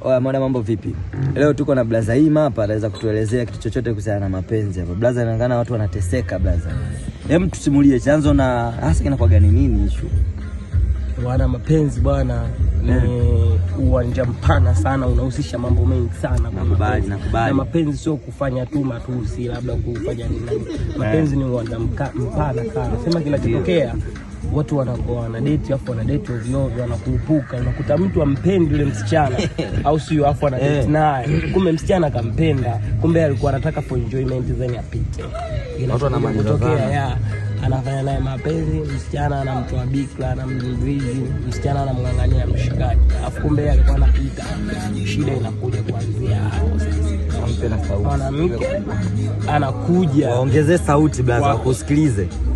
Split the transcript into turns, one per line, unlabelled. Oya, mwana mambo vipi? Leo tuko na blaza Ima hapa anaweza kutuelezea kitu chochote kuhusiana na mapenzi hapa. Blaza inaonekana watu wanateseka blaza. Hem, tusimulie chanzo na hasa kinakuwa gani nini issue?
Bwana, mapenzi bwana ni
Eh.
uwanja mpana sana, unahusisha mambo mengi sana. Kuna
Nakubali,
mapenzi.
nakubali.
Na mapenzi sio kufanya tu matusi, labda kufanya nini. Mapenzi ni uwanja mka- mpana sana, sema kinachotokea watu wana- wanadeti afu wanadeti ovyoovyo, wanakuupuka. Unakuta mtu ampendi yule msichana au sio, afu anadeti naye, kumbe msichana akampenda, kumbe alikuwa anataka for enjoyment, then apite. Inakuja kutokea ya anafanya naye mapenzi, msichana anamtoa bikra, anamvizi, msichana anamng'ang'ania mshikaji, afu kumbe yeye alikuwa anapita. Shida inakuja kuanzia hapo sasa.
Wampe na sauti.
Mwanamke anakuja
Waongezee sauti blaza
Wako.
wakusikilize.